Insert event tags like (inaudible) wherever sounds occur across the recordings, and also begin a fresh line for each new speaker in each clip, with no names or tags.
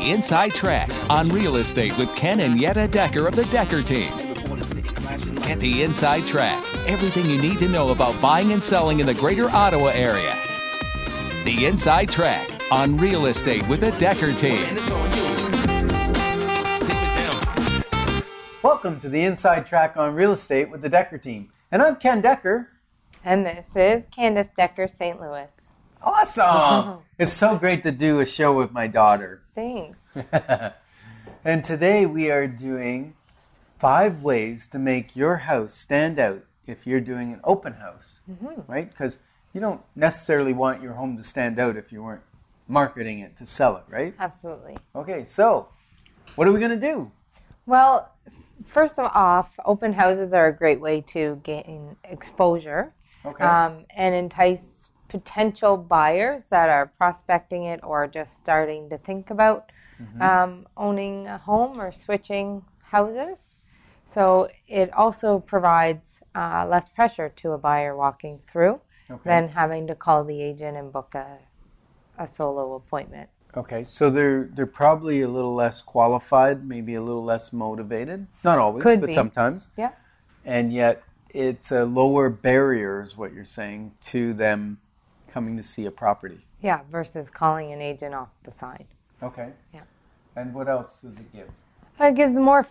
Inside Track on real estate with Ken and Yetta Decker of the Decker Team. Get the inside track, everything you need to know about buying and selling in the greater Ottawa area. The Inside Track on real estate with the Decker Team.
Welcome to the Inside Track on Real Estate with the Decker team. And I'm Ken Decker.
And this is Candace Decker, St. Louis.
Awesome! it's so great to do a show with my daughter.
Thanks.
And today we are doing five ways to make your house stand out if you're doing an open house, right? Because you don't necessarily want your home to stand out if you weren't marketing it to sell it, right?
Absolutely.
Okay, so what are we going to do?
Well, first off, open houses are a great way to gain exposure
Okay.
um, and entice potential buyers that are prospecting it or just starting to think about
Mm-hmm.
um, owning a home or switching houses. So it also provides uh, less pressure to a buyer walking through
Okay.
than having to call the agent and book a, a solo appointment.
Okay, so they're they're probably a little less qualified, maybe a little less motivated. Not always,
Could
but
be.
sometimes.
Yeah.
And yet, it's a lower barrier, is what you're saying, to them coming to see a property.
Yeah, versus calling an agent off the sign.
Okay.
Yeah.
And what else does it give?
It gives more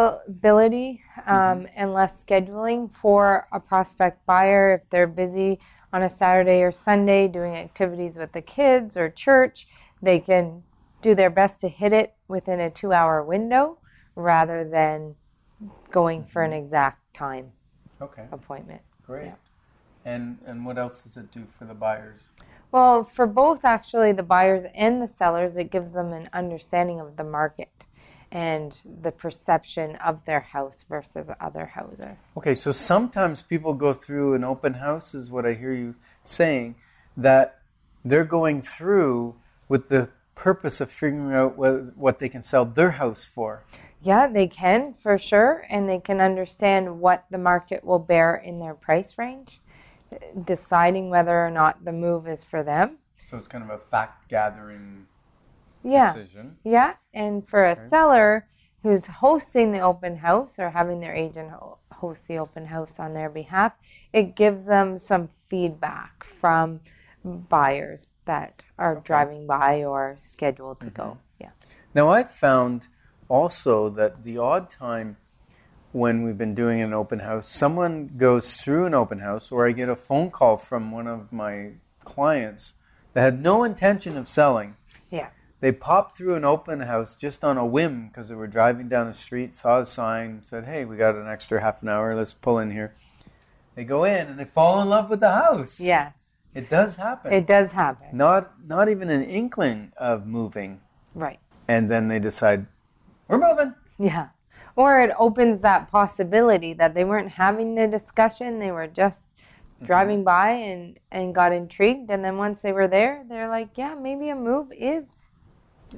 flexibility um, and less scheduling for a prospect buyer if they're busy on a Saturday or Sunday doing activities with the kids or church. They can do their best to hit it within a two hour window rather than going for an exact time
Okay,
appointment.
great.
Oh, yeah.
And and what else does it do for the buyers?
Well, for both actually the buyers and the sellers, it gives them an understanding of the market and the perception of their house versus other houses.
Okay, so sometimes people go through an open house, is what I hear you saying, that they're going through with the purpose of figuring out what, what they can sell their house for.
Yeah, they can for sure, and they can understand what the market will bear in their price range, deciding whether or not the move is for them.
So it's kind of a fact gathering
Yeah.
decision.
Yeah, and for a seller who's hosting the open house or having their agent ho- host the open house on their behalf, it gives them some feedback from buyers that are driving by or scheduled to go. Yeah.
Now, I've found also that the odd time when we've been doing an open house, someone goes through an open house, or I get a phone call from one of my clients that had no intention of selling.
Yeah.
They popped through an open house just on a whim because they were driving down the street, saw a sign, said, Hey, we got an extra half an hour, let's pull in here. They go in and they fall in love with the house.
Yes.
It does happen.
It does happen.
not not even an inkling of moving
Right.
and then they decide we're moving
Yeah. Or it opens that possibility that they weren't having the discussion, they were just driving by and, and got intrigued. And then once they were there, they're like, yeah, maybe a move is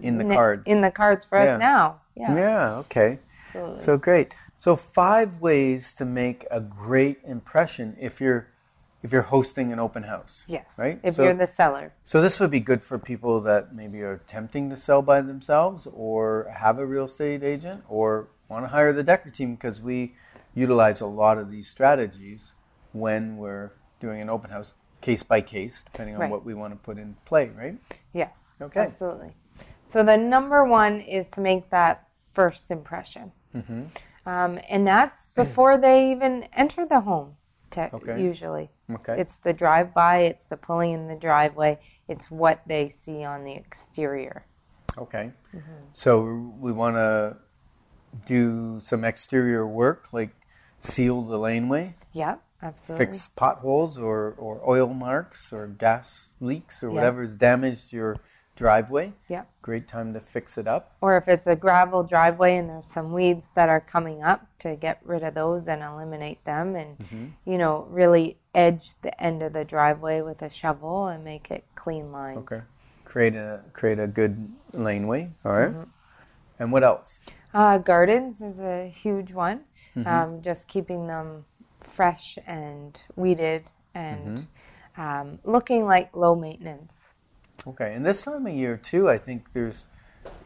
in the
ne-
cards
in the cards for
Yeah.
us now. Yeah.
yeah okay
Absolutely.
so great so five ways to make a great impression if you're if you're hosting an open house
yes.
right
If
so,
you're the seller.
so this would be good for people that maybe are attempting to sell by themselves or have a real estate agent or want to hire the decker team because we utilize a lot of these strategies when we're doing an open house case by case depending on
Right.
what we want to put in play right
Yes.
Okay.
Absolutely. So the number one is to make that first impression.
Mm-hmm.
Um, and that's before they even enter the home, te-
Okay.
usually.
Okay.
It's the drive by, it's the pulling in the driveway, it's what they see on the exterior.
Okay.
Mm-hmm.
So we want to do some exterior work, like seal the laneway,
Yep, absolutely.
fix potholes or, or oil marks or gas leaks or
Yeah.
whatever's damaged your driveway.
Yep.
Great time to fix it up.
Or if it's a gravel driveway and there's some weeds that are coming up, to get rid of those and eliminate them and,
Mm-hmm.
you know, really edge the end of the driveway with a shovel and make it clean lines.
Okay. Create a create a good laneway. All right? And what else?
Uh, gardens is a huge one.
Mm-hmm.
Um, just keeping them fresh and weeded and
Mm-hmm.
um, looking like low maintenance.
Okay. And this time of year too, I think there's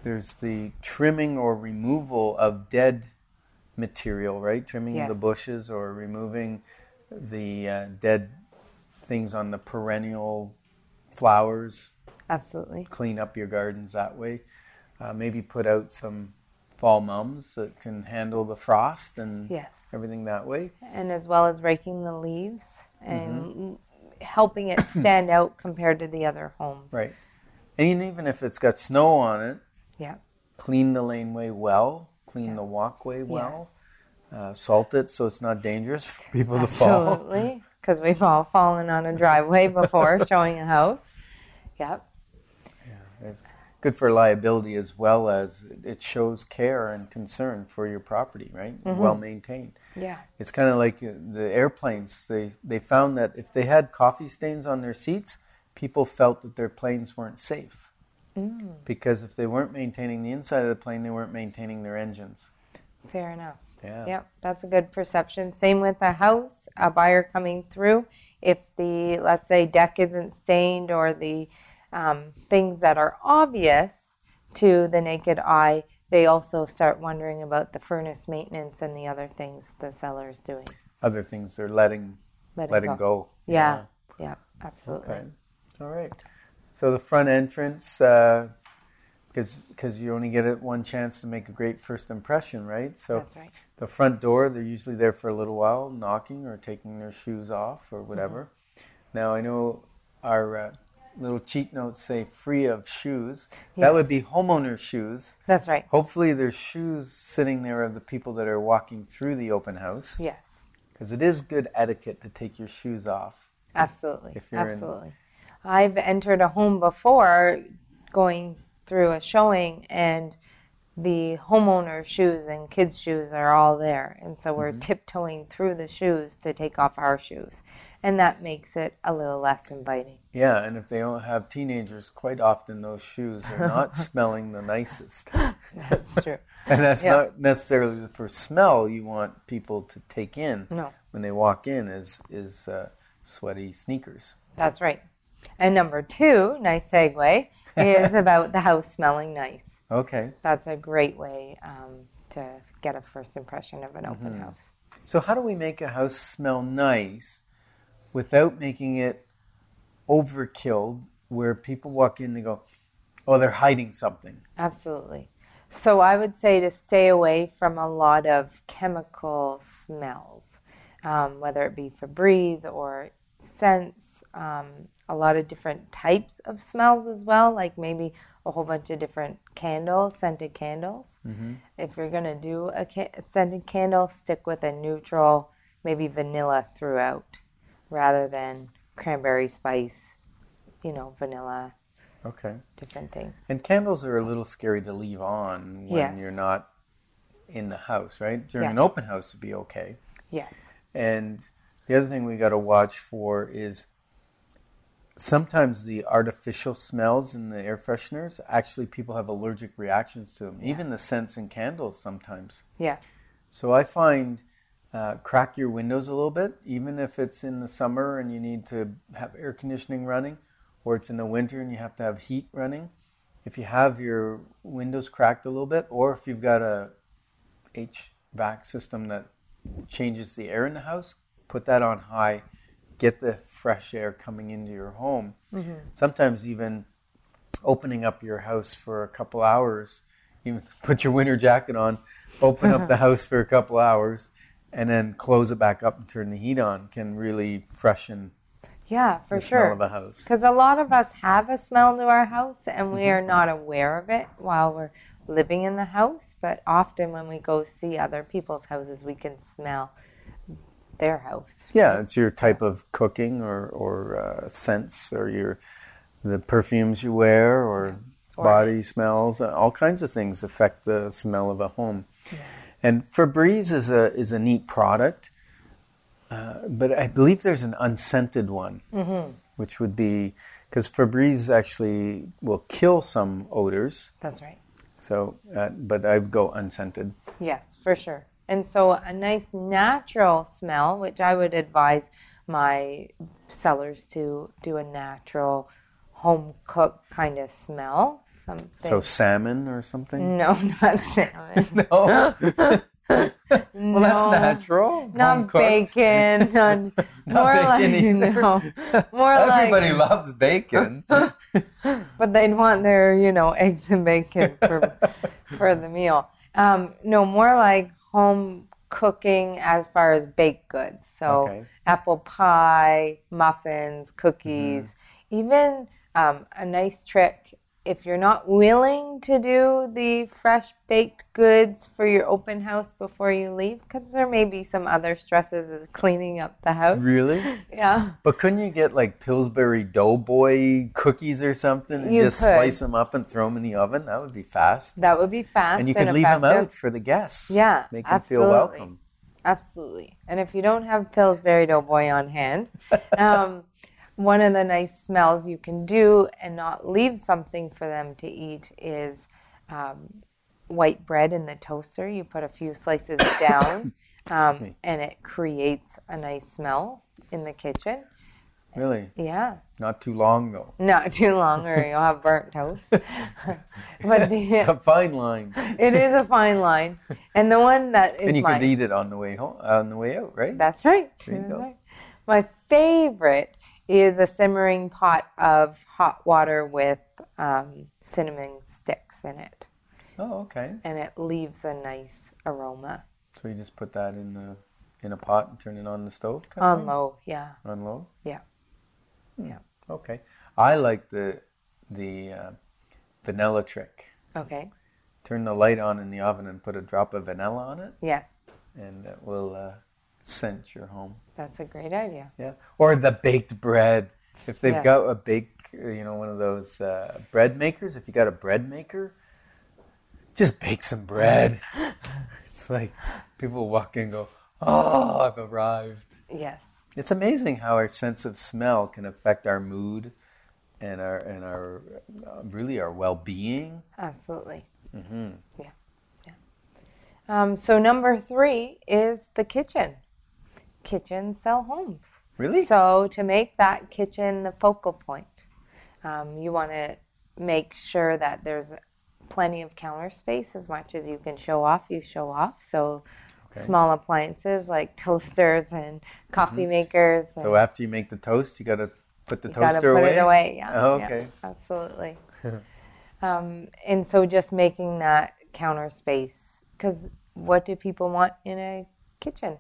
there's the trimming or removal of dead material, right? Trimming the
Yes.
bushes or removing the uh, dead things on the perennial flowers.
Absolutely.
Clean up your gardens that way. Uh, maybe put out some fall mums that can handle the frost and
Yes.
everything that way.
And as well as raking the leaves
Mm-hmm.
and helping it stand out compared to the other homes.
Right. And even if it's got snow on it,
Yeah.
clean the laneway well, clean the walkway well, uh, salt it so it's not dangerous for (laughs) people to fall.
Absolutely. Because we've all fallen on a driveway before
(laughs)
showing a house. Yep.
It's good for liability as well as it shows care and concern for your property, right?
Mm-hmm.
Well maintained.
Yeah.
It's kind of like uh, the airplanes. They they found that if they had coffee stains on their seats, people felt that their planes weren't safe.
Mm.
Because if they weren't maintaining the inside of the plane, they weren't maintaining their engines.
Fair enough.
Yeah.
Yep, that's a good perception. Same with a house, a buyer coming through. If the, let's say, deck isn't stained or the um, things that are obvious to the naked eye, they also start wondering about the furnace maintenance and the other things the seller is doing.
Other things they're letting
Letting
letting go.
Yeah, yeah, absolutely.
Okay. All right. So the front entrance, because because you only get it one chance to make a great first impression, right? So
That's right.
the front door, they're usually there for a little while, knocking or taking their shoes off or whatever.
Mm-hmm.
Now I know our uh, little cheat notes say free of shoes. That would be homeowner shoes.
That's right.
Hopefully, there's shoes sitting there of the people that are walking through the open house,
Yes,
because it is good etiquette to take your shoes off.
absolutely.
if you're in-
Absolutely. I've entered a home before going through a showing and the homeowner's shoes and kids' shoes are all there. And so
Mm-hmm.
we're tiptoeing through the shoes to take off our shoes. And that makes it a little
(laughs)
less inviting.
Yeah, and if they don't have teenagers, quite often those shoes are
(laughs)
not smelling the nicest. And
That's true.
that's
Yeah.
not necessarily the first smell you want people to take in
No.
when they walk in is is uh, sweaty sneakers.
That's right. And number two, nice segue,
(laughs)
is about the house smelling nice.
Okay.
That's a great way um, to get a first impression of an open
Mm-hmm.
house.
So how do we make a house smell nice without making it overkilled where people walk in and go, "Oh, they're hiding something."
Absolutely. So I would say to stay away from a lot of chemical smells, um, whether it be Febreze or scents, um, a lot of different types of smells as well, like maybe a whole bunch of different candles, scented candles. If you're going to do a ca- scented candle, stick with a neutral, maybe vanilla throughout rather than cranberry spice, you know, vanilla,
Okay.
different things.
And candles are a little scary to leave on when
Yes.
you're not in the house, right? During
Yeah.
an open house would be okay.
Yes.
And the other thing we got to watch for is sometimes the artificial smells in the air fresheners actually people have allergic reactions to them, even the scents in candles sometimes.
Yes.
So I find uh, crack your windows a little bit, even if it's in the summer and you need to have air conditioning running, or it's in the winter and you have to have heat running. If you have your windows cracked a little bit, or if you've got a HVAC system that changes the air in the house, put that on high, get the fresh air coming into your home. Sometimes even opening up your house for a couple hours, even put your winter jacket on, open
Uh-huh.
up the house for a couple hours, and then close it back up and turn the heat on can really freshen
Yeah, for
the
sure.
smell of a house.
Because a lot of us have a smell to our house and we are
Mm-hmm.
not aware of it while we're living in the house. But often when we go see other people's houses, we can smell their house.
Yeah, it's your type of cooking or, or uh, scents or your the perfumes you wear or, body smells. uh, All kinds of things affect the smell of a home. And Febreze is a is a neat product, uh, but I believe there's an unscented one,
Mm-hmm.
which would be because Febreze actually will kill some odors.
That's right.
So, uh, but I would go unscented.
Yes, for sure. And so a nice natural smell, which I would advise my sellers to do a natural home cooked kind of smell. Something.
So salmon or (laughs) something?
(laughs) no, not salmon.
No. well,
(laughs) no.
that's natural. Home
Not
cooked. (laughs)
bacon. Not, more
bacon either. (laughs)
like no, more
Everybody
like.
loves
(laughs)
bacon.
But they'd want their you know eggs and bacon
(laughs)
for for the meal. Um, no, more like home cooking as far as baked goods. So
Okay.
apple pie, muffins, cookies,
Mm-hmm.
even um, a nice trick. If you're not willing to do the fresh baked goods for your open house before you leave, because there may be some other stresses of cleaning up the house.
really?
Yeah.
But couldn't you get like Pillsbury Doughboy cookies or something and
You
just
could.
slice them up and throw them in the oven? That would be fast.
That would be fast.
and you could leave them
effective.
out for the guests.
Yeah,
Make
absolutely.
them feel welcome.
Absolutely. And if you don't have Pillsbury Doughboy
(laughs)
on hand, um, one of the nice smells you can do and not leave something for them to eat is um, white bread in the toaster. You put a
(coughs)
few slices down, um, and it creates a nice smell in the kitchen.
Really?
Yeah,
Not too long though.
not too long, or you'll have burnt toast. (laughs) but
(laughs) It's
the,
a fine
(laughs)
line.
it is a fine line, and the one that is
and you
mine.
could eat it on the way home, on the way out, right?
That's right.
There you
That's
go.
right. My favorite is a simmering pot of hot water with um, cinnamon sticks in it,
oh, okay.
and it leaves a nice aroma
So you just put that in the in a pot and turn it on the stove. Kind of
on
thing?
low. Yeah,
On low.
yeah, yeah.
Okay. I like the the uh, vanilla trick.
Okay.
Turn the light on in the oven and put a drop of vanilla on it,
Yes,
and it will uh, scent your home.
that's a great idea.
Yeah, or the baked bread. If they've
Yeah.
got a bake, you know, one of those uh, bread makers. If you got a bread maker, just bake some
(laughs)
bread. it's like people walk in and go, "Oh, I've arrived."
Yes.
It's amazing how our sense of smell can affect our mood and our and our uh, really our well-being.
Absolutely. Mm-hmm. Yeah. Yeah. Um, so number three is the kitchen. Kitchens sell homes.
Really?
So to make that kitchen the focal point, um, you want to make sure that there's plenty of counter space as much as you can show off. You show off. So small appliances like toasters and coffee makers. And
Mm-hmm. So after you make the toast, you gotta put the
you gotta
toaster
put
away.
it away. Yeah.
Oh,
yeah,
okay. (laughs)
absolutely. um, and so just making that counter space because what do people want in a kitchen?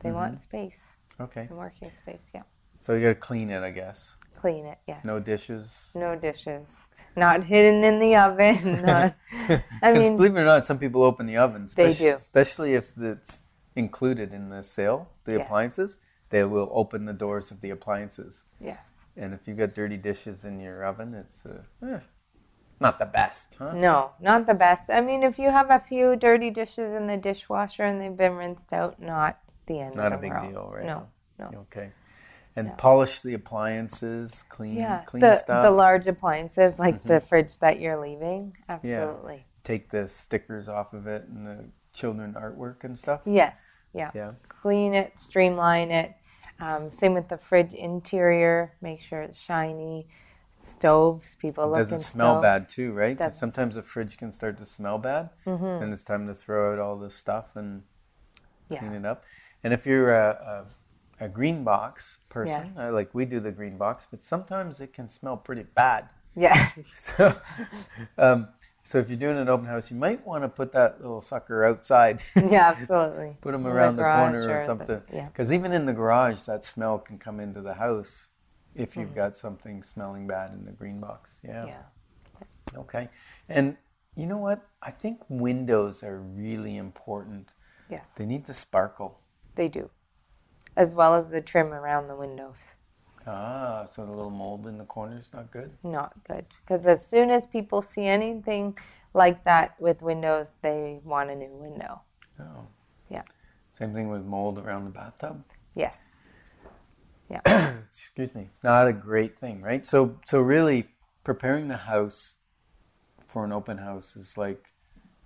They
Mm-hmm.
want space
Okay.
and working space. Yeah,
So you gotta clean it, I guess.
clean it. Yeah,
No dishes.
no dishes. Not hidden in the oven.
(laughs)
(laughs) Not, I
Because
mean,
believe it or not, some people open the oven.
They
spec-
do.
Especially if it's included in the sale, the
Yeah.
appliances, they will open the doors of the appliances.
yes.
And if you got dirty dishes in your oven, it's uh, eh, not the best, huh?
No, not the best. I mean, if you have a few dirty dishes in the dishwasher and they've been rinsed out, not the end.
Not a
of the
big
world.
deal, right?
No, no.
Okay. And polish the appliances, clean,
Yeah,
clean
the,
stuff. Mm-hmm.
the large appliances like the fridge that you're leaving. Absolutely.
Take the stickers off of it and the children artwork and stuff.
Yes. Yeah.
Yeah.
Clean it, streamline it. Um, same with the fridge interior. Make sure it's shiny. Stoves. People look
doesn't
in
smell
stoves.
bad too, right? 'Cause
Doesn't.
sometimes the fridge can start to smell bad,
Mm-hmm.
and it's time to throw out all this stuff and clean
Yeah.
it up. And if you're a, a, a green box person,
Yes.
uh, like we do the green box, but sometimes it can smell pretty bad. (laughs)
Yeah. (laughs)
So, um, so if you're doing an open house, you might want to put that little sucker outside, (laughs)
yeah. Absolutely.
put them
In
around the,
garage
corner or,
the-
something.
yeah.
Because even in the garage, that smell can come into the house if you've got something smelling bad in the green box.
Mm-hmm. Yeah.
Okay. And you know what? I think windows are really important.
Yes.
They need to sparkle.
They do, as well as the trim around the windows.
Ah, so the little mold in the corner is not good.
not good because as soon as people see anything like that with windows they want a new window
No.
yeah
Same thing with mold around the bathtub.
yes (laughs)
Excuse me. Not a great thing, right? So so really preparing the house for an open house is like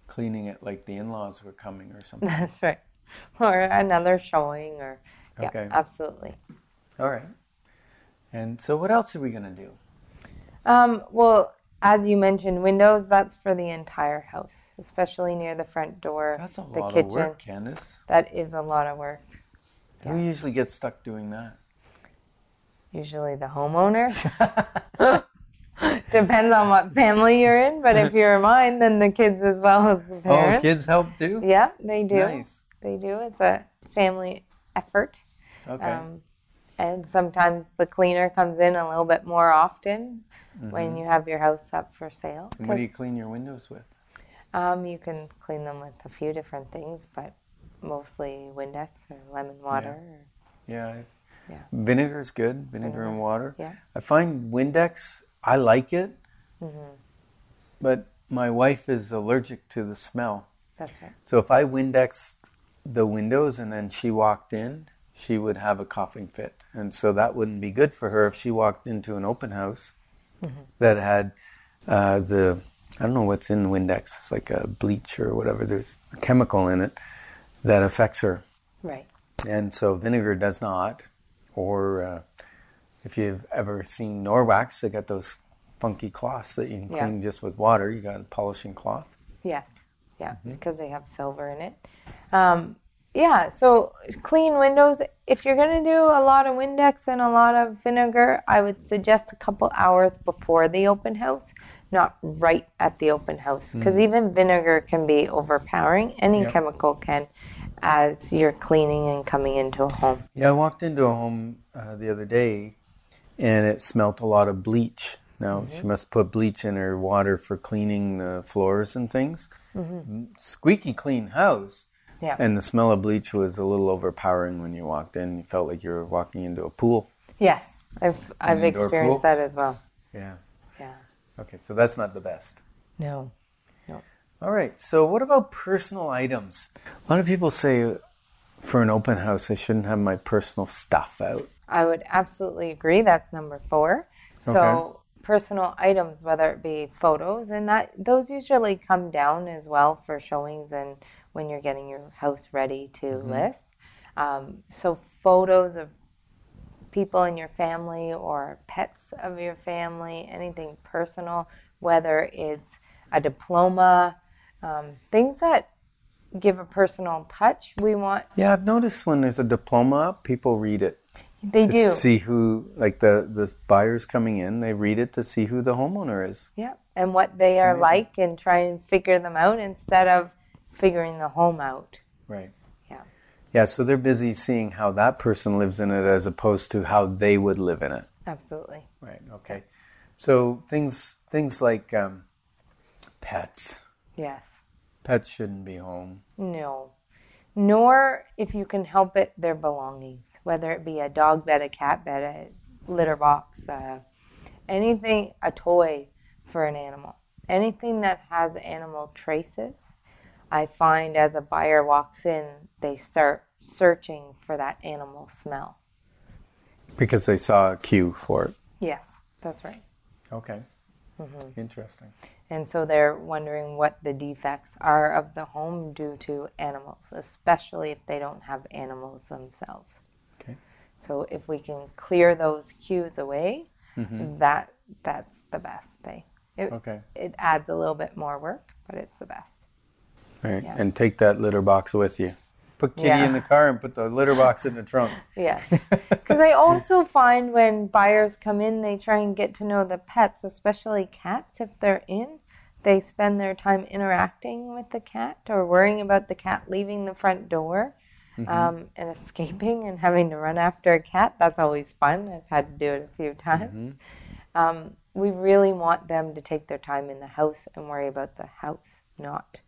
cleaning it like the in-laws were coming or something.
(laughs) that's right or another showing or yeah
Okay.
absolutely
All right. And so what else are we going to do?
Um, well, as you mentioned, windows, that's for the entire house, especially near the front door,
That's a
the
lot
kitchen.
of work, Candace.
That is a lot of work.
Who usually gets stuck doing that?
Usually the homeowners. (laughs) Depends on what family you're in, but if
(laughs)
you're mine, then the kids as well as the
Oh,
parents.
kids help too.
Yeah, they do.
Nice.
They do. It's a family effort.
Okay.
Um, and sometimes the cleaner comes in a little bit more often when you have your house up for sale.
Mm-hmm. and what do
'cause,
you clean your windows with?
um, you can clean them with a few different things, but mostly Windex or lemon water. Or,
Yeah. it's-
Yeah.
Vinegar's good. Vinegar and water.
yeah.
I find Windex. I like it, but my wife is allergic to the smell.
that's right.
So if I Windexed the windows and then she walked in, she would have a coughing fit. And so that wouldn't be good for her if she walked into an open house that had uh, the, I don't know what's in Windex, it's like a bleach or whatever, there's a chemical in it that affects her.
Right.
And so vinegar does not. Or uh, if you've ever seen Norwax, they got those funky cloths that you can
Yeah.
clean just with water. You got a polishing cloth.
Yes. Yeah, because they have silver in it. Um, yeah, so clean windows. If you're going to do a lot of Windex and a lot of vinegar, I would suggest a couple hours before the open house, not right at the open house, because even vinegar can be overpowering. Any chemical can as you're cleaning and coming into a home.
Yeah, I walked into a home uh, the other day, and it smelt a lot of bleach. Now she must put bleach in her water for cleaning the floors and things. Mm, Squeaky clean house,
Yeah.
and the smell of bleach was a little overpowering when you walked in. You felt like you were walking into a pool.
yes, I've, I've
indoor
experienced
pool?
that as well.
Yeah.
Yeah.
Okay, so that's not the best.
No.
All right. So, what about personal items? A lot of people say, for an open house, I shouldn't have my personal stuff out.
I would absolutely agree. That's number four. So personal items, whether it be photos, and that those usually come down as well for showings and when you're getting your house ready to
Mm-hmm.
list. Um, so photos of people in your family or pets of your family, anything personal, whether it's a diploma, um, things that give a personal touch. We want
Yeah, I've noticed when there's a diploma up, people read it.
they
to
do.
see who like the the buyers coming in they read it to see who the homeowner is
Yeah, and what they are
amazing.
like and try and figure them out instead of figuring the home out.
right
Yeah.
yeah so they're busy seeing how that person lives in it as opposed to how they would live in it
Absolutely.
right okay so things things like um, pets
Yes.
pets shouldn't be home
No. Nor, if you can help it, their belongings, whether it be a dog bed, a cat bed, a litter box, uh, anything, a toy for an animal, anything that has animal traces. I find as a buyer walks in, they start searching for that animal smell.
because they saw a cue for it
Yes, that's right.
okay
Mm-hmm.
interesting
And so they're wondering what the defects are of the home due to animals, especially if they don't have animals themselves.
okay
So if we can clear those cues away, that that's the best thing. It,
Okay.
it adds a little bit more work, but it's the best.
all right and take that litter box with you put kitty
Yeah.
in the car and put the litter box in the
(laughs)
trunk
Yes. Because I also find when buyers come in, they try and get to know the pets, especially cats if they're in. They spend their time interacting with the cat or worrying about the cat leaving the front door um, and escaping and having to run after a cat. That's always fun. I've had to do it a few times. Um, we really want them to take their time in the house and worry about the house, not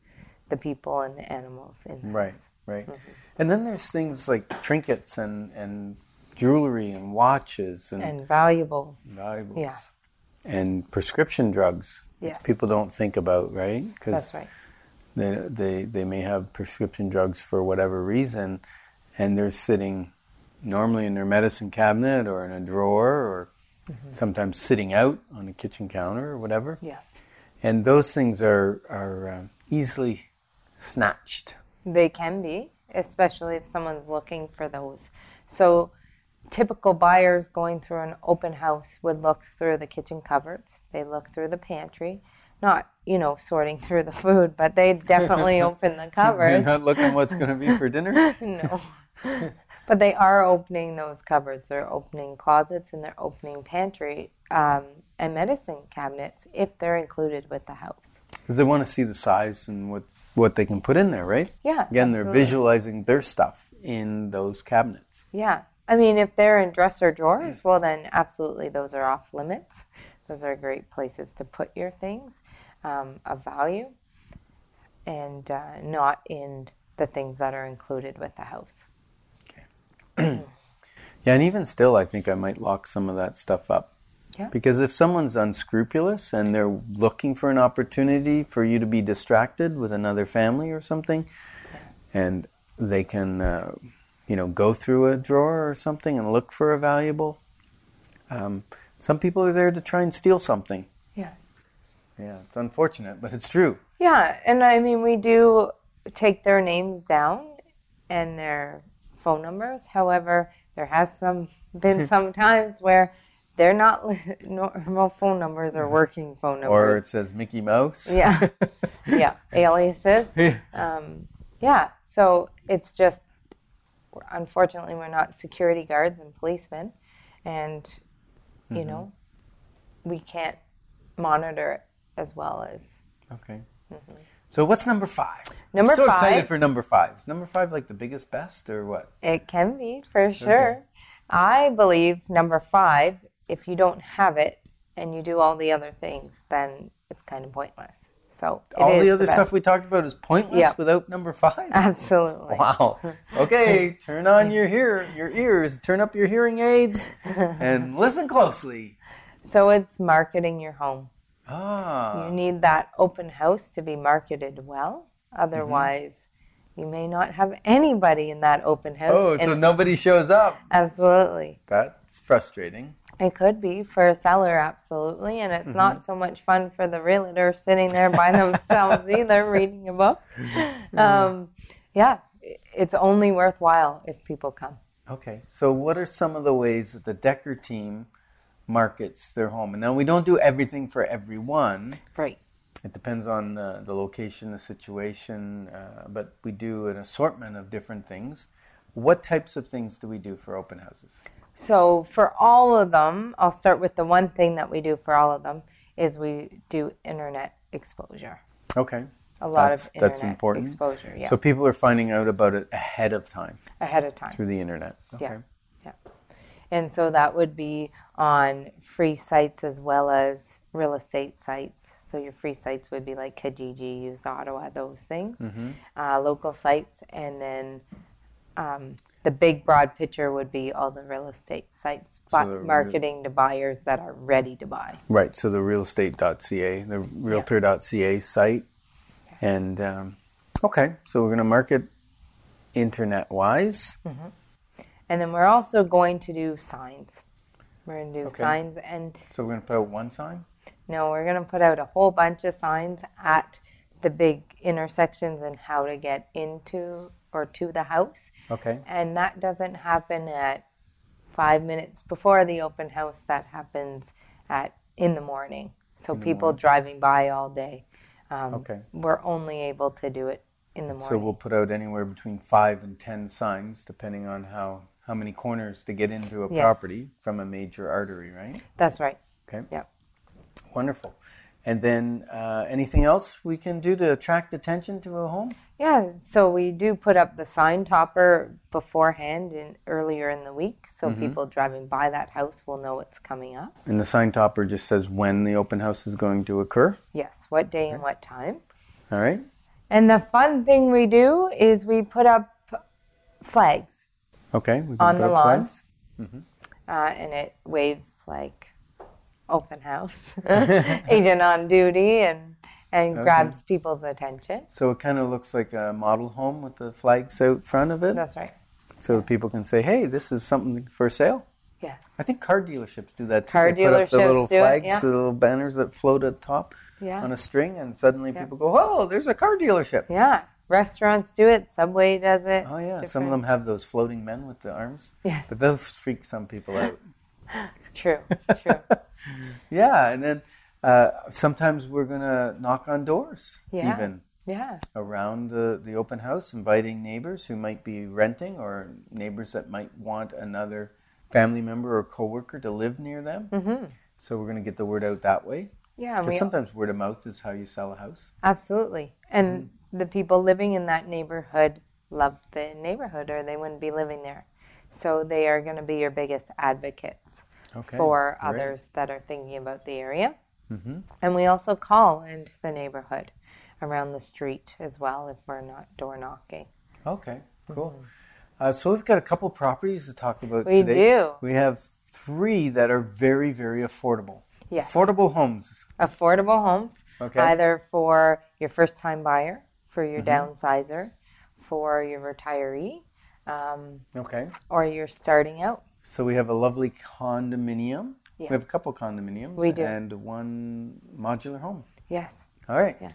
the people and the animals in the
Right,
house.
right.
Mm-hmm.
And then there's things like trinkets and, and jewelry and watches and,
And valuables.
valuables
Yeah.
and prescription drugs. which
Yes.
People don't think about, right? Because
That's right.
they, they, they may have prescription drugs for whatever reason, and they're sitting normally in their medicine cabinet or in a drawer or
Mm-hmm.
sometimes sitting out on a kitchen counter or whatever.
Yeah.
And those things are, are um, easily snatched.
They can be, especially if someone's looking for those. So typical buyers going through an open house would look through the kitchen cupboards. They look through the pantry, not you know sorting (laughs) through the food, but they definitely open
You're
the cupboards.
not looking what's going to be for dinner.
(laughs) no. but they are opening those cupboards. They're opening closets and they're opening pantry um, and medicine cabinets if they're included with the house.
Because they want to see the size and what what they can put in there, right?
Yeah,
Again, they're
absolutely.
visualizing their stuff in those cabinets.
Yeah. I mean, if they're in dresser drawers, well, then absolutely those are off limits. Those are great places to put your things um, of value and uh, not in the things that are included with the house.
Yeah, and even still, I think I might lock some of that stuff up.
Yeah.
Because if someone's unscrupulous and they're looking for an opportunity for you to be distracted with another family or something, and they can, uh, you know, go through a drawer or something and look for a valuable. Um, some people are there to try and steal something.
Yeah.
Yeah, it's unfortunate, but it's true.
Yeah, and I mean, we do take their names down and their phone numbers. However, there has some been some times where they're not li- (laughs) normal phone numbers or working phone numbers.
Or it says Mickey (laughs) Mouse.
yeah, yeah, aliases. Um, yeah, so it's just unfortunately we're not security guards and policemen, and you
Mm-hmm.
know we can't monitor it as well as
Okay. So what's number five?
Mm-hmm. Number
I'm so excited
five-
for number five. Is number five like the biggest best or what?
It can be, for sure. I believe number five, if you don't have it and you do all the other things, then it's kind of pointless. So it
All
is
the other
best.
stuff we talked about is pointless
Yeah.
without number five.
(laughs) Absolutely.
Wow. Okay, turn on your hear your ears, turn up your hearing aids,
(laughs)
and listen closely.
So it's marketing your home.
Ah,
You need that open house to be marketed well. Otherwise, you may not have anybody in that open house.
oh, so
And-
nobody shows up.
absolutely.
That's frustrating.
It could be for a seller, absolutely. And it's not
Mm-hmm.
so much fun for the realtor sitting there
(laughs)
by themselves either, reading a book. Um, yeah, i- it's only worthwhile if people come.
Okay, so what are some of the ways that the Decker team markets their home? And now we don't do everything for everyone.
Right.
It depends on uh, the location, the situation, uh, but we do an assortment of different things. What types of things do we do for open houses?
So for all of them, I'll start with the one thing that we do for all of them is we do internet exposure.
Okay.
A lot
that's,
of internet
that's important.
exposure, yeah,
So people are finding out about it ahead of time
ahead of time.
through the internet. Okay.
Yeah. Yeah. And so that would be on free sites as well as real estate sites. So your free sites would be like Kijiji, Use Ottawa, those things,
Mm-hmm.
uh, local sites. And then um, the big broad picture would be all the real estate sites, but
the real-
marketing to buyers that are ready to buy.
Right. So the realestate.ca, the realtor.ca site, and um, okay. So we're going to market internet wise.
Hmm. And then we're also going to do signs. We're going to do
Okay.
signs and
So we're going to put out one sign.
No, we're going to put out a whole bunch of signs at the big intersections and how to get into or to the house.
Okay.
And that doesn't happen at five minutes before the open house. That happens at in the morning. So people driving by all day. Um,
Okay.
We're only able to do it in the morning.
So we'll put out anywhere between five and ten signs, depending on how how many corners to get into a
Yes.
property from a major artery. Right.
That's right.
Okay.
Yep.
Wonderful. And then uh, anything else we can do to attract attention to a home?
Yeah, so we do put up the sign topper beforehand and earlier in the week, so
Mm-hmm.
people driving by that house will know it's coming up.
And the sign topper just says when the open house is going to occur.
Yes, what day and what time.
All right.
And the fun thing we do is we put up flags,
Okay. We can
On the
up
lawn.
flags.
uh, and it waves like open house, (laughs)
(laughs)
agent on duty, and and grabs people's attention.
So it kind of looks like a model home with the flags out front of it,
That's right.
so people can say, "Hey, this is something for sale."
Yes.
I think car dealerships do that too.
Car
they put up the
dealerships
little
do it,
flags,
yeah.
the little banners that float at the top
Yeah.
on a string, and suddenly people go, "Oh, there's a car dealership!"
Yeah. Restaurants do it. Subway does it.
Oh yeah, some of them have those floating men with the arms.
Yes.
But those freak some people out.
True.
(laughs)
True.
yeah, and then uh, sometimes we're gonna knock on doors,
Yeah.
even
yeah.
around the the open house, inviting neighbors who might be renting or neighbors that might want another family member or coworker to live near them. Mm-hmm. So we're gonna get the word out that way.
Yeah.
Because
We,
sometimes word of mouth is how you sell a house.
absolutely. And
Mm-hmm.
the people living in that neighborhood love the neighborhood, or they wouldn't be living there. So they are going to be your biggest advocates.
Okay.
for
great. Mm-hmm.
others that are thinking about the area. And we also call into the neighborhood around the street as well if we're not door knocking.
Okay, cool. Uh, so we've got a couple properties to talk about
Mm-hmm. We
today.
do.
We have three that are very, very affordable.
Yes.
Affordable homes.
Affordable homes,
Okay.
either for your first time buyer, for your
Mm-hmm.
downsizer, for your retiree, um,
Okay.
or you're starting out.
So we have a lovely condominium.
Yeah.
We have a couple condominiums.
We do.
And one modular home.
Yes,
All right.
Yeah.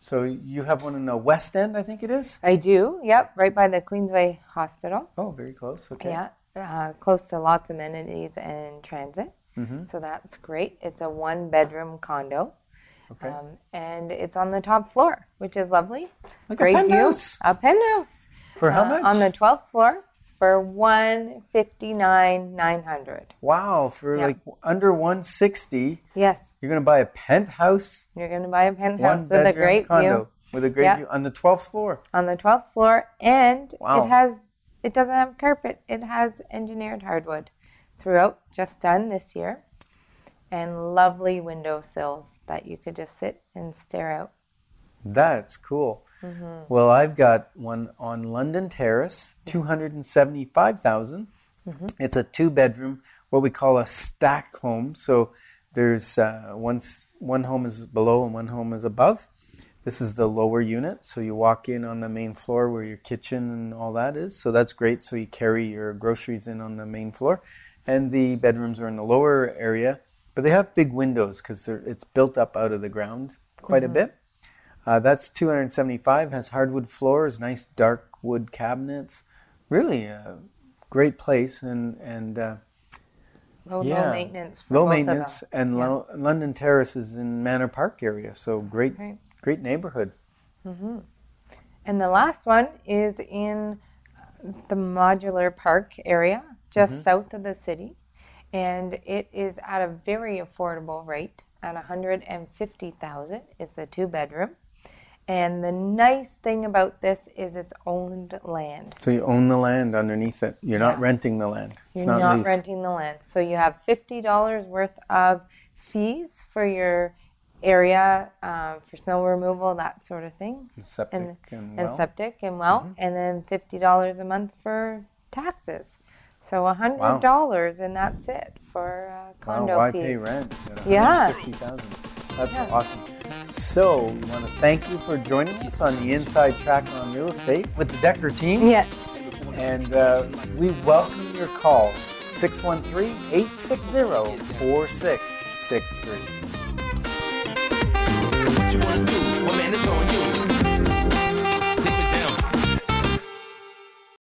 So you have one in the West End, I think it is.
I do. Yep, right by the Queensway Hospital.
Oh, very close. Okay.
Yeah, uh, close to lots of amenities and transit.
Mm-hmm.
So that's great. It's a one bedroom condo.
Okay.
Um, and it's on the top floor, which is lovely.
Like a
Great
penthouse.
view. A penthouse.
For how
Uh,
much?
On the twelfth floor for one fifty nine nine hundred.
wow, for
Yeah.
like under 160,
Yes,
you're going to buy a penthouse,
you're going to buy a penthouse
one
with
bedroom
a great
condo
view
with a great
Yeah.
view on the 12th floor.
on the twelfth floor, and
Wow.
it has it doesn't have carpet. It has engineered hardwood throughout, just done this year, and lovely window sills that you could just sit and stare out.
That's cool. Well, I've got one on London Terrace, 275,000. It's a two bedroom, what we call a stack home. So there's uh, one, s- one home is below and one home is above. This is the lower unit. So you walk in on the main floor where your kitchen and all that is. So that's great. So you carry your groceries in on the main floor. And the bedrooms are in the lower area, but they have big windows because it's built up out of the ground quite a bit. Uh, that's 275. Has hardwood floors, nice dark wood cabinets. Really a great place and and uh,
Low,
yeah,
low maintenance. For
low
both of them.
maintenance. And Lo- London Terrace is in Manor Park area, so great,
Right.
great neighborhood.
And the last one is in the modular park area, just
Mm-hmm.
south of the city. And it is at a very affordable rate at 150,000. It's a two bedroom. And the nice thing about this is it's owned land.
So you own the land underneath it. You're not renting the land. It's
You're
not,
not,
leased.
renting the land. So you have $50 worth of fees for your area uh, for snow removal, that sort of thing.
Septic
and,
and,
and
well. Mm-hmm.
septic and well, and then fifty dollars a month for taxes. So a hundred dollars and that's it for uh,
Wow,
condo
why
fees.
pay rent? at
Yeah.
150,000? That's
Yeah.
awesome. So, we want to thank you for joining us on the Inside Track on Real Estate with the Decker team.
Yes.
And uh, we welcome your calls 613 860 4663.
What you wanna do? Well, man, it's on